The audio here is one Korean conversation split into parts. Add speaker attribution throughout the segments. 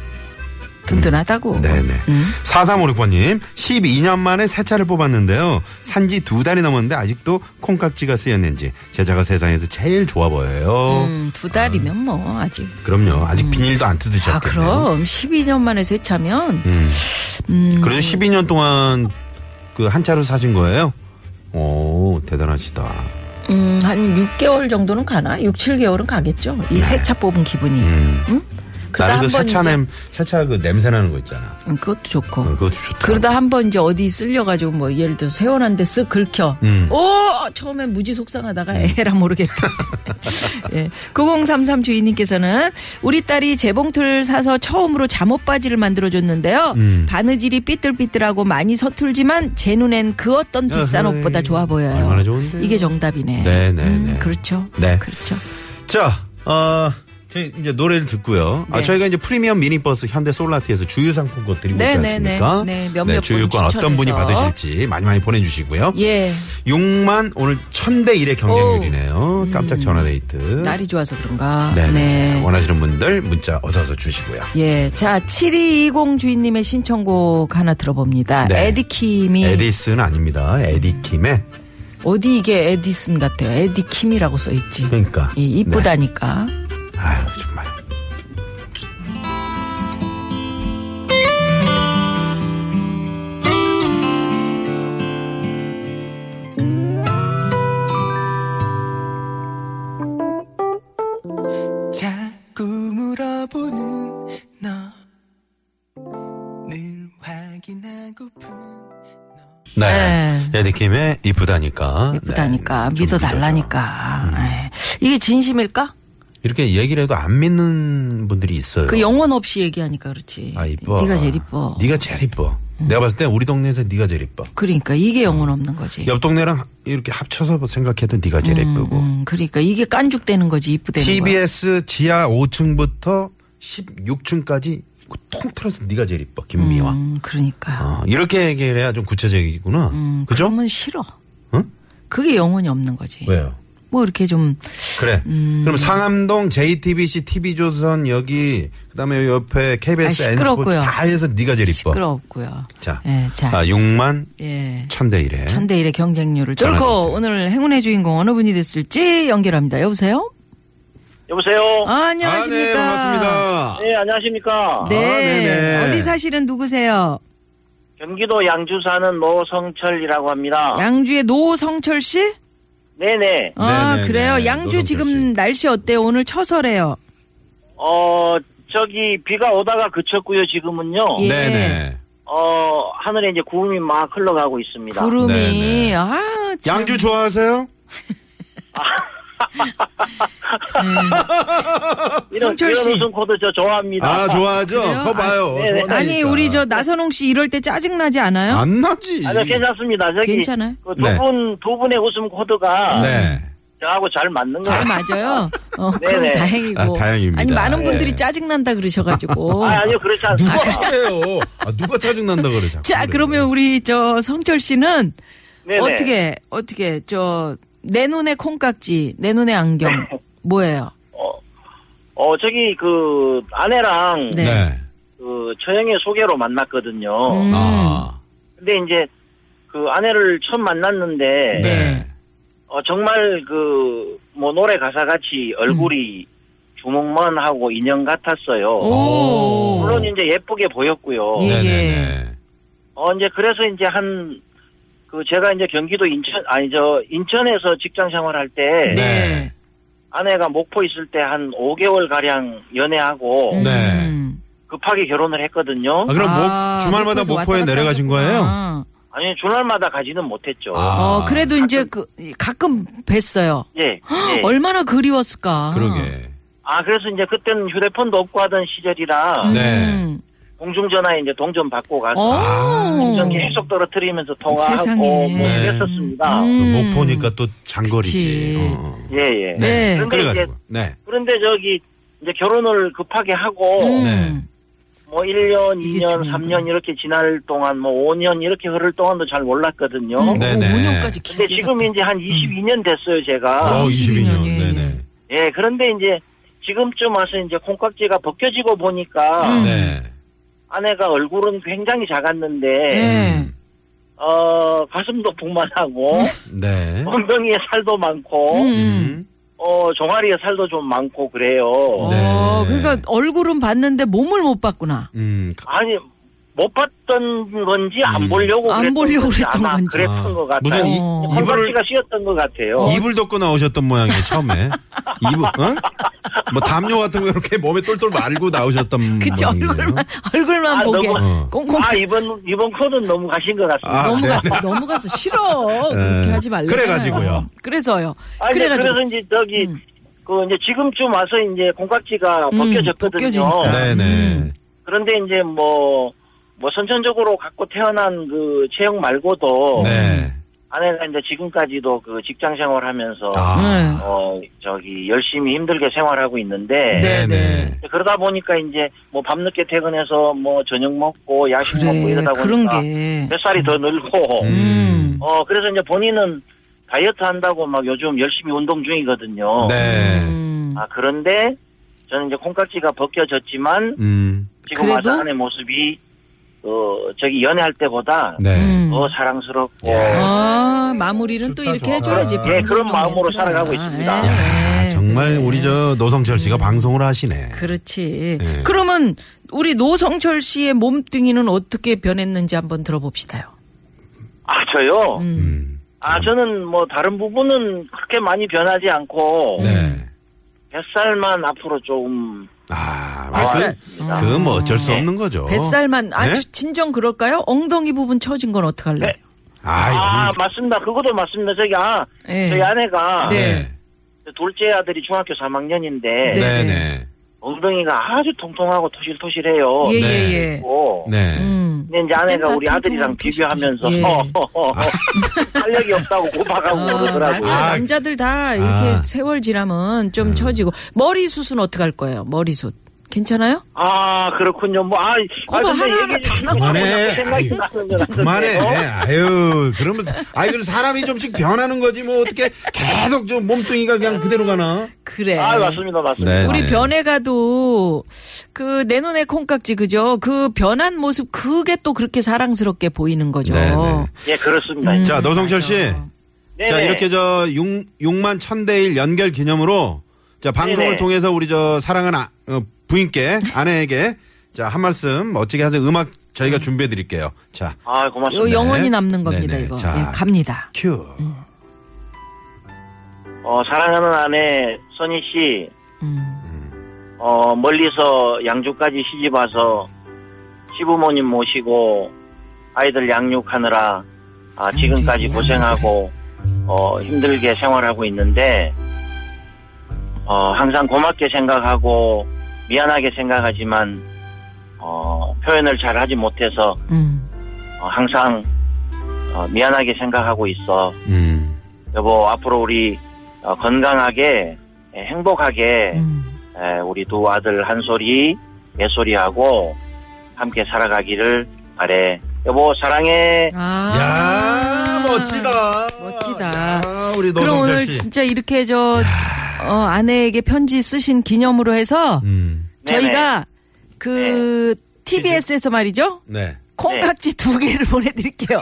Speaker 1: 든든하다고.
Speaker 2: 네네.
Speaker 1: 음.
Speaker 2: 4356번님, 12년 만에 새 차를 뽑았는데요. 산지 두 달이 넘었는데 아직도 콩깍지가 쓰였는지 제 차가 세상에서 제일 좋아 보여요.
Speaker 1: 음, 두 달이면 뭐, 아직.
Speaker 2: 그럼요. 아직 비닐도 안 뜯으셨겠네요.
Speaker 1: 아, 그럼. 12년 만에 세차면.
Speaker 2: 음.
Speaker 1: 음.
Speaker 2: 그래도 12년 동안 그 한 차로 사신 거예요? 오, 대단하시다.
Speaker 1: 음, 한 6개월 정도는 가나? 6, 7개월은 가겠죠. 이 세차 뽑은 기분이.
Speaker 2: 네. 음.
Speaker 1: 그러다
Speaker 2: 나는 그
Speaker 1: 한번
Speaker 2: 세차
Speaker 1: 이제-
Speaker 2: 냄, 세차 그 냄새 나는 거 있잖아.
Speaker 1: 음, 그것도 좋고.
Speaker 2: 어, 그것도 좋다.
Speaker 1: 그러다 한 번 이제 어디 쓸려가지고 뭐 예를 들어 세원한데 쓱 긁혀.
Speaker 2: 음.
Speaker 1: 오! 처음에 무지 속상하다가 에라 모르겠다. 예. 9033 주인님께서는 우리 딸이 재봉틀 사서 처음으로 잠옷 바지를 만들어줬는데요.
Speaker 2: 음.
Speaker 1: 바느질이 삐뚤삐뚤하고 많이 서툴지만 제 눈엔 그 어떤 비싼
Speaker 2: 어허이.
Speaker 1: 옷보다 좋아 보여요.
Speaker 2: 얼마나 좋은데요.
Speaker 1: 이게 정답이네.
Speaker 2: 네네네.
Speaker 1: 그렇죠.
Speaker 2: 네.
Speaker 1: 그렇죠.
Speaker 2: 자, 어, 저희 이제 노래를 듣고요. 아,
Speaker 1: 네.
Speaker 2: 저희가 이제 프리미엄 미니버스 현대 솔라티에서 주유상품권 드리고
Speaker 1: 네,
Speaker 2: 있지
Speaker 1: 네,
Speaker 2: 않습니까?
Speaker 1: 네, 네. 몇몇
Speaker 2: 주유권
Speaker 1: 분
Speaker 2: 어떤 분이
Speaker 1: 추천해서.
Speaker 2: 받으실지 많이 많이 보내주시고요.
Speaker 1: 예.
Speaker 2: 6만 오늘 1000대 1의 경쟁률이네요. 깜짝 전화데이트.
Speaker 1: 음. 날이 좋아서 그런가.
Speaker 2: 네, 네. 원하시는 분들 문자 어서서 주시고요.
Speaker 1: 예. 자, 7220 주인님의 신청곡 하나 들어봅니다.
Speaker 2: 네.
Speaker 1: 에디킴이.
Speaker 2: 에디슨은 아닙니다. 에디킴의
Speaker 1: 어디 이게 에디슨 같아요. 에디킴이라고 써있지.
Speaker 2: 그러니까.
Speaker 1: 예, 이쁘다니까.
Speaker 2: 네. 아유, 정말.
Speaker 3: 자꾸 물어보는 너 늘 확인하고픈
Speaker 2: 네. 에디킴의 이쁘다니까.
Speaker 1: 이쁘다니까.
Speaker 2: 네, 좀
Speaker 1: 믿어달라니까. 예. 이게 진심일까?
Speaker 2: 믿어줘. 이렇게 얘기를 해도 안 믿는 분들이 있어요.
Speaker 1: 그 영혼 없이 얘기하니까 그렇지.
Speaker 2: 네. 아 이뻐.
Speaker 1: 네가 제일 이뻐.
Speaker 2: 네가 제일 이뻐. 내가 봤을 때 우리 동네에서 네가 제일 이뻐.
Speaker 1: 그러니까 이게 영혼 없는 거지.
Speaker 2: 옆 동네랑 이렇게 합쳐서 생각해도 네가 제일 이쁘고.
Speaker 1: 음, 그러니까 이게 깐죽대는 거지. 이쁘대는 거야.
Speaker 2: TBS 지하 5층부터 16층까지 통틀어서 네가 제일 이뻐. 김미화.
Speaker 1: 음, 그러니까.
Speaker 2: 어, 이렇게 얘기를 해야 좀 구체적이구나.
Speaker 1: 음,
Speaker 2: 그죠?
Speaker 1: 그러면 싫어.
Speaker 2: 응?
Speaker 1: 그게 영혼이 없는 거지.
Speaker 2: 왜요?
Speaker 1: 뭐 이렇게 좀
Speaker 2: 그래.
Speaker 1: 음.
Speaker 2: 그럼 상암동 JTBC TV조선 여기 그다음에 여기 옆에 KBS
Speaker 1: 아,
Speaker 2: N 스포츠
Speaker 1: 시끄럽고요.
Speaker 2: 다 해서 네가 제일 이뻐.
Speaker 1: 시끄럽고요.
Speaker 2: 자.
Speaker 1: 예, 자.
Speaker 2: 아, 6만
Speaker 1: 예.
Speaker 2: 1000대 1에.
Speaker 1: 천대 일의 경쟁률을 뚫고
Speaker 2: 전화드릴게요.
Speaker 1: 오늘 행운의 주인공 어느 분이 됐을지 연결합니다. 여보세요?
Speaker 4: 여보세요.
Speaker 1: 아,
Speaker 2: 아, 네,
Speaker 1: 안녕하십니까? 예.
Speaker 2: 반갑습니다.
Speaker 4: 네 안녕하십니까.
Speaker 1: 네.
Speaker 2: 아, 네네.
Speaker 1: 어디 사실은 누구세요?
Speaker 4: 경기도 양주 사는 뭐 노성철이라고 합니다.
Speaker 1: 양주의 노성철 씨?
Speaker 4: 네네.
Speaker 1: 아,
Speaker 2: 네네네.
Speaker 1: 그래요. 양주
Speaker 2: 노성철
Speaker 1: 지금
Speaker 2: 씨.
Speaker 1: 날씨 어때요? 오늘 처서래요.
Speaker 4: 어, 저기 비가 오다가 그쳤고요. 지금은요.
Speaker 1: 예.
Speaker 2: 네네.
Speaker 4: 어, 하늘에 이제 구름이 막 흘러가고 있습니다.
Speaker 1: 구름이
Speaker 2: 네네.
Speaker 1: 아, 참.
Speaker 2: 양주 좋아하세요?
Speaker 4: 이런,
Speaker 1: 성철
Speaker 4: 이런
Speaker 1: 씨.
Speaker 4: 웃음 코드 저 좋아합니다.
Speaker 2: 아, 좋아하죠?
Speaker 1: 그래요?
Speaker 2: 그거 봐요.
Speaker 4: 아, 네네.
Speaker 2: 좋아하니까.
Speaker 1: 아니, 우리 저 나선홍 씨 이럴 때 짜증 나지 않아요?
Speaker 2: 안 나지.
Speaker 4: 아니, 괜찮습니다. 저기
Speaker 1: 괜찮아요?
Speaker 4: 그
Speaker 2: 예. 네.
Speaker 4: 두 분 두 분의 웃음 코드가
Speaker 2: 네.
Speaker 4: 저하고 잘 맞는 거.
Speaker 1: 잘 맞아요. 어, 그럼
Speaker 4: 네네.
Speaker 1: 다행이고.
Speaker 2: 아, 다행입니다.
Speaker 1: 니 많은 분들이
Speaker 2: 네.
Speaker 1: 짜증 난다 그러셔가지고.
Speaker 4: 아, 아니요, 그렇지
Speaker 2: 누가
Speaker 4: 않습니다.
Speaker 2: 그래요? 아, 누가 짜증난다 그래, 자꾸.
Speaker 1: 자,
Speaker 2: 그래.
Speaker 1: 그러면 우리 저 성철 씨는
Speaker 4: 네. 네네.
Speaker 1: 어떻게 어떻게 저 내 눈에 콩깍지, 내 눈에 안경 뭐예요?
Speaker 4: 어, 저기 그 아내랑
Speaker 1: 네.
Speaker 2: 네.
Speaker 4: 그 처형의 소개로 만났거든요.
Speaker 1: 음.
Speaker 2: 아.
Speaker 4: 근데 이제 그 아내를 처음 만났는데
Speaker 2: 네.
Speaker 4: 어, 정말 그 뭐 노래 가사 같이
Speaker 2: 음.
Speaker 4: 얼굴이 주먹만 하고 인형 같았어요.
Speaker 1: 오.
Speaker 4: 물론 이제 예쁘게 보였고요.
Speaker 1: 예.
Speaker 2: 네네네.
Speaker 4: 어 이제 그래서 이제 한 그 제가 이제 경기도 인천 아니 저 인천에서 직장 생활할 때
Speaker 2: 네.
Speaker 4: 아내가 목포 있을 때 한 5개월 가량 연애하고
Speaker 1: 음.
Speaker 2: 네.
Speaker 4: 급하게 결혼을 했거든요.
Speaker 2: 아, 그럼
Speaker 1: 아,
Speaker 2: 목, 주말마다
Speaker 1: 목포에서
Speaker 2: 목포에
Speaker 1: 왔다 갔다
Speaker 2: 내려가신 거예요?
Speaker 1: 하셨구나.
Speaker 4: 아니 주말마다 가지는 못했죠.
Speaker 2: 아.
Speaker 1: 어, 그래도 이제 그 가끔 뵀어요.
Speaker 4: 예. 예.
Speaker 1: 얼마나 그리웠을까.
Speaker 2: 그러게.
Speaker 4: 아 그래서 이제 그때는 휴대폰도 없고 하던 시절이라
Speaker 1: 음.
Speaker 2: 네.
Speaker 4: 공중전화에 이제 동전 받고 가서
Speaker 1: 어. 네.
Speaker 4: 동전 계속 떨어뜨리면서 통화하고 뭐
Speaker 1: 세상에.
Speaker 2: 네.
Speaker 4: 그랬었습니다.
Speaker 1: 음.
Speaker 2: 그럼 못 보니까 또 장거리지.
Speaker 1: 그치.
Speaker 2: 어, 어.
Speaker 4: 예예.
Speaker 1: 네.
Speaker 4: 그런데
Speaker 2: 그래가지고. 네.
Speaker 4: 그런데 저기 이제 결혼을 급하게 하고
Speaker 1: 음.
Speaker 2: 네.
Speaker 4: 뭐 1년,
Speaker 1: 이게
Speaker 4: 2년,
Speaker 1: 중요한
Speaker 4: 3년 이렇게 지날 동안 뭐 5년 이렇게 흐를 동안도 잘 몰랐거든요.
Speaker 1: 음,
Speaker 2: 네. 네네.
Speaker 1: 5년까지
Speaker 4: 근데 지금 이제
Speaker 1: 음.
Speaker 4: 한 22년 됐어요, 제가.
Speaker 1: 어.
Speaker 2: 어,
Speaker 1: 22
Speaker 2: 22년.
Speaker 1: 년, 예,
Speaker 2: 네네.
Speaker 4: 예, 그런데 이제 지금쯤 와서 이제 콩깍지가 벗겨지고 보니까
Speaker 1: 음.
Speaker 2: 네.
Speaker 4: 아내가 얼굴은 굉장히 작았는데
Speaker 1: 네.
Speaker 4: 어, 가슴도 풍만하고
Speaker 2: 네.
Speaker 4: 엉덩이에 살도 많고
Speaker 1: 음.
Speaker 2: 음.
Speaker 4: 어, 종아리에 살도 좀 많고 그래요.
Speaker 2: 네.
Speaker 1: 어, 그러니까 얼굴은 봤는데 몸을 못 봤구나.
Speaker 2: 음.
Speaker 4: 아니 못 봤던 건지 안
Speaker 2: 음.
Speaker 4: 보려고
Speaker 1: 안
Speaker 4: 그랬던
Speaker 1: 보려고
Speaker 4: 건지
Speaker 1: 그랬던
Speaker 4: 아마
Speaker 1: 건지.
Speaker 4: 그랬던
Speaker 2: 아,
Speaker 4: 것 같아요.
Speaker 2: 무슨 이-
Speaker 4: 콩깍지가
Speaker 2: 이불을-
Speaker 4: 씌었던 것 같아요.
Speaker 2: 이불 덮고 나오셨던 모양이에요, 처음에. 이불, 어? 뭐 담요 같은 거 이렇게 몸에 똘똘 말고 나오셨던
Speaker 1: 그치,
Speaker 2: 모양이에요. 어.
Speaker 1: 얼굴만, 얼굴만
Speaker 4: 아,
Speaker 1: 보게.
Speaker 4: 너무-
Speaker 1: 꽁꽁
Speaker 4: 아
Speaker 1: 싸-
Speaker 4: 이번 이번 코드는 너무 가신 것 같습니다.
Speaker 2: 아,
Speaker 1: 너무
Speaker 2: 네.
Speaker 1: 갔어, 너무 갔어. 싫어. 그렇게
Speaker 2: 네.
Speaker 1: 하지 말래.
Speaker 2: 그래가지고요.
Speaker 1: 그래서요.
Speaker 4: 아, 니
Speaker 1: 그래가지고.
Speaker 4: 그래서 이제 저기 그 이제 지금쯤 와서 이제 콩깍지가
Speaker 1: 음,
Speaker 4: 벗겨졌거든요.
Speaker 1: 벗겨지니까.
Speaker 2: 어. 네네.
Speaker 4: 그런데 이제 뭐. 뭐 선천적으로 갖고 태어난 그 체형 말고도
Speaker 2: 네.
Speaker 4: 아내가 이제 지금까지도 그 직장 생활하면서
Speaker 1: 음. 네,
Speaker 2: 아.
Speaker 4: 어 저기 열심히 힘들게 생활하고 있는데
Speaker 1: 네.
Speaker 2: 네네.
Speaker 4: 그러다 보니까 이제 뭐 밤늦게 퇴근해서 뭐 저녁 먹고 야식 먹고
Speaker 1: 그래,
Speaker 4: 이러다
Speaker 1: 그런
Speaker 4: 어, 보니까
Speaker 1: 게.
Speaker 4: 뱃살이 더 늘고
Speaker 1: 음.
Speaker 4: 어 그래서 이제 본인은 다이어트 한다고 막 요즘 열심히 운동 중이거든요.
Speaker 2: 네.
Speaker 1: 음.
Speaker 4: 아 그런데 저는 이제 콩깍지가 벗겨졌지만
Speaker 2: 음.
Speaker 4: 지금
Speaker 1: 그래도?
Speaker 4: 와서 아내 모습이 어 저기 연애할 때보다
Speaker 2: 네.
Speaker 1: 음.
Speaker 4: 더 사랑스럽고
Speaker 1: 아, 마무리는 또
Speaker 2: 좋다,
Speaker 1: 이렇게
Speaker 2: 좋다.
Speaker 1: 해줘야지.
Speaker 2: 예,
Speaker 1: 방송용
Speaker 4: 그런 마음으로
Speaker 1: 멘트가.
Speaker 4: 살아가고 있습니다.
Speaker 1: 예,
Speaker 2: 야,
Speaker 1: 예,
Speaker 2: 정말
Speaker 1: 그래.
Speaker 2: 우리 저 노성철 씨가 방송을 하시네.
Speaker 1: 음. 그렇지.
Speaker 2: 예.
Speaker 1: 그러면 우리 노성철 씨의 몸뚱이는 어떻게 변했는지 한번 들어봅시다요.
Speaker 4: 아 저요
Speaker 1: 음.
Speaker 2: 음.
Speaker 4: 아 저는 뭐 다른 부분은 그렇게 많이 변하지 않고
Speaker 2: 네.
Speaker 4: 뱃살만 앞으로 조금
Speaker 2: 아,
Speaker 1: 뱃살.
Speaker 2: 그, 그건 뭐 어쩔 수 없는 거죠.
Speaker 1: 뱃살만 아
Speaker 2: 네?
Speaker 1: 진정 그럴까요? 엉덩이 부분 처진 건 어떡할래?
Speaker 4: 네.
Speaker 1: 요
Speaker 2: 아이,
Speaker 4: 아, 맞습니다. 그것도 맞습니다. 저기, 아,
Speaker 1: 예.
Speaker 4: 저희 아내가
Speaker 2: 네.
Speaker 4: 둘째 아들이 중학교 3학년인데
Speaker 1: 네.
Speaker 2: 네. 네.
Speaker 4: 엉덩이가 아주 통통하고 토실토실해요.
Speaker 1: 예,
Speaker 2: 네.
Speaker 1: 예, 예.
Speaker 4: 오.
Speaker 2: 네.
Speaker 1: 음.
Speaker 4: 근데 이제 아내가
Speaker 1: 그땐
Speaker 4: 우리
Speaker 1: 다
Speaker 4: 아들이랑
Speaker 1: 통통하고 토실토실.
Speaker 4: 비교하면서
Speaker 1: 예.
Speaker 4: 활력이 없다고 고박하고
Speaker 1: 아,
Speaker 4: 그러더라고요.
Speaker 1: 맞아요.
Speaker 2: 아,
Speaker 1: 남자들 다 이렇게
Speaker 2: 아. 음.
Speaker 1: 세월 지나면 좀 처지고 머리숱은 어떡할 거예요? 머리숱. 괜찮아요?
Speaker 4: 아, 그렇군요. 뭐, 아, 아
Speaker 1: 그거 하나하나 다
Speaker 2: 그만해.
Speaker 4: 생각이
Speaker 2: 아유,
Speaker 4: 나는 건
Speaker 2: 그만해.
Speaker 4: 같은데요. 어?
Speaker 2: 아유, 그러면, 아이, 그 사람이 좀씩 변하는 거지, 뭐, 어떻게 계속 저 몸뚱이가 그냥 그대로 가나?
Speaker 1: 그래.
Speaker 4: 아, 맞습니다. 맞습니다.
Speaker 2: 네.
Speaker 1: 네. 우리 변해가도 그 내 눈에 콩깍지 그죠? 그 변한 모습 그게 또 그렇게 사랑스럽게 보이는 거죠. 어,
Speaker 2: 네, 네.
Speaker 4: 예, 그렇습니다.
Speaker 1: 음.
Speaker 2: 자, 노성철 씨.
Speaker 4: 네네.
Speaker 2: 자, 이렇게 저 6, 6만 1000대1 연결 기념으로 자, 방송을
Speaker 4: 네네.
Speaker 2: 통해서 우리 저 사랑하는 아- 어, 부인께, 아내에게 자, 한 말씀 멋지게 하세요. 음악 저희가 준비해 드릴게요. 자,
Speaker 4: 아,
Speaker 1: 요
Speaker 4: 고맙습니다.
Speaker 1: 영원히 남는 겁니다
Speaker 2: 네. 네네.
Speaker 1: 이거.
Speaker 2: 자.
Speaker 1: 예, 갑니다.
Speaker 2: 큐.
Speaker 4: 어, 사랑하는 아내 선희 씨,
Speaker 1: 음.
Speaker 4: 어, 멀리서 양주까지 시집 와서 시부모님 모시고 아이들 양육하느라
Speaker 1: 음,
Speaker 4: 아, 지금까지 고생하고 어, 힘들게 생활하고 있는데 어, 항상 고맙게 생각하고 미안하게 생각하지만 어, 표현을 잘 하지 못해서
Speaker 1: 음.
Speaker 4: 어, 항상 어, 미안하게 생각하고 있어.
Speaker 2: 음.
Speaker 4: 여보 앞으로 우리 어, 건강하게 예, 행복하게
Speaker 1: 음.
Speaker 4: 에, 우리 두 아들 한 소리 내 소리하고 함께 살아가기를 바래. 여보 사랑해.
Speaker 1: 아.
Speaker 2: 야, 멋지다.
Speaker 1: 멋지다.
Speaker 2: 야, 우리
Speaker 1: 그럼
Speaker 2: 노성철
Speaker 1: 오늘
Speaker 2: 씨.
Speaker 1: 진짜 이렇게 저 어, 아내에게 편지 쓰신 기념으로 해서
Speaker 2: 음.
Speaker 4: 네네. 네.
Speaker 1: 저희가 그 TBS에서 말이죠.
Speaker 2: 네.
Speaker 1: 콩깍지 두 개를 보내드릴게요.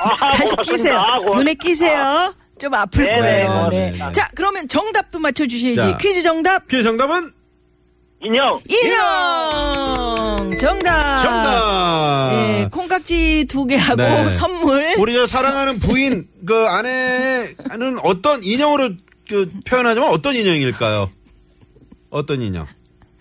Speaker 4: 아,
Speaker 1: 다시
Speaker 4: 고맙습니다.
Speaker 1: 끼세요.
Speaker 4: 아, 고맙-
Speaker 1: 눈에 끼세요. 좀 아플
Speaker 4: 네네,
Speaker 1: 거예요. 네.
Speaker 2: 고맙습니다. 네네.
Speaker 1: 자, 그러면 정답도 맞춰주셔야지.
Speaker 2: 자.
Speaker 1: 퀴즈 정답.
Speaker 2: 퀴즈 정답은
Speaker 4: 인형.
Speaker 1: 인형! 정답!
Speaker 2: 정답.
Speaker 1: 예, 콩깍지 두 개하고
Speaker 2: 네.
Speaker 1: 선물.
Speaker 2: 우리 저 사랑하는 부인 그 아내는 어떤 인형으로 그 표현하자면 어떤 인형일까요? 어떤 인형?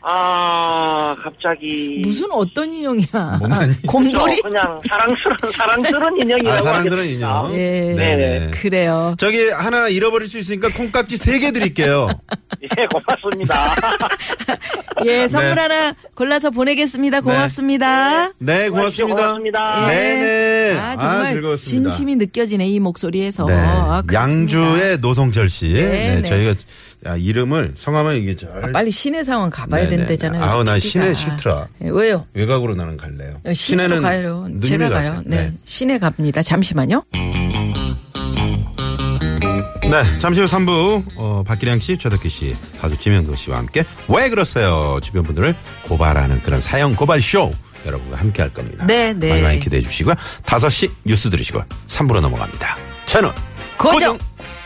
Speaker 4: 아 갑자기
Speaker 1: 무슨 어떤 인형이야.
Speaker 2: 아니.
Speaker 4: 저
Speaker 1: 곰돌이?
Speaker 4: 그냥 사랑스러운 사랑스러운 인형이라고
Speaker 2: 아, 사랑스러운
Speaker 4: 하겠습니다.
Speaker 2: 인형.
Speaker 1: 예.
Speaker 2: 네네.
Speaker 1: 그래요.
Speaker 2: 저기 하나 잃어버릴 수 있으니까 콩깍지 세 개 드릴게요.
Speaker 4: 예 고맙습니다.
Speaker 1: 예, 선물
Speaker 2: 네.
Speaker 1: 하나 골라서 보내겠습니다. 고맙습니다.
Speaker 2: 네, 고맙습니다.
Speaker 4: 고맙습니다.
Speaker 2: 네네.
Speaker 1: 아, 정말
Speaker 2: 즐거웠습니다.
Speaker 1: 진심이 느껴지네 이 목소리에서.
Speaker 2: 네.
Speaker 1: 아, 그렇습니다.
Speaker 2: 양주의 노성철 씨.
Speaker 1: 네.
Speaker 2: 네, 저희가 아, 이름을 성함은 이게 절.
Speaker 1: 아, 빨리 시내 상황 가봐야
Speaker 2: 네네.
Speaker 1: 된대잖아요.
Speaker 2: 아우, 나
Speaker 1: 기가.
Speaker 2: 시내 싫더라.
Speaker 1: 예, 왜요?
Speaker 2: 외곽으로 나는 갈래요.
Speaker 1: 어, 시내는 가요.
Speaker 2: 눈이
Speaker 1: 제가
Speaker 2: 가세요.
Speaker 1: 가요. 네. 시내 갑니다. 잠시만요.
Speaker 2: 네, 잠시 후 3부 어, 박기량 씨, 최덕기 씨, 가수 지명도 씨와 함께 왜 그러세요? 주변 분들을 고발하는 그런 사형 고발 쇼 여러분과 함께 할 겁니다.
Speaker 1: 네, 네.
Speaker 2: 많이 많이 기대해 주시고요. 5시 뉴스 들으시고 3부로 넘어갑니다. 채널
Speaker 1: 고정.
Speaker 2: 고정.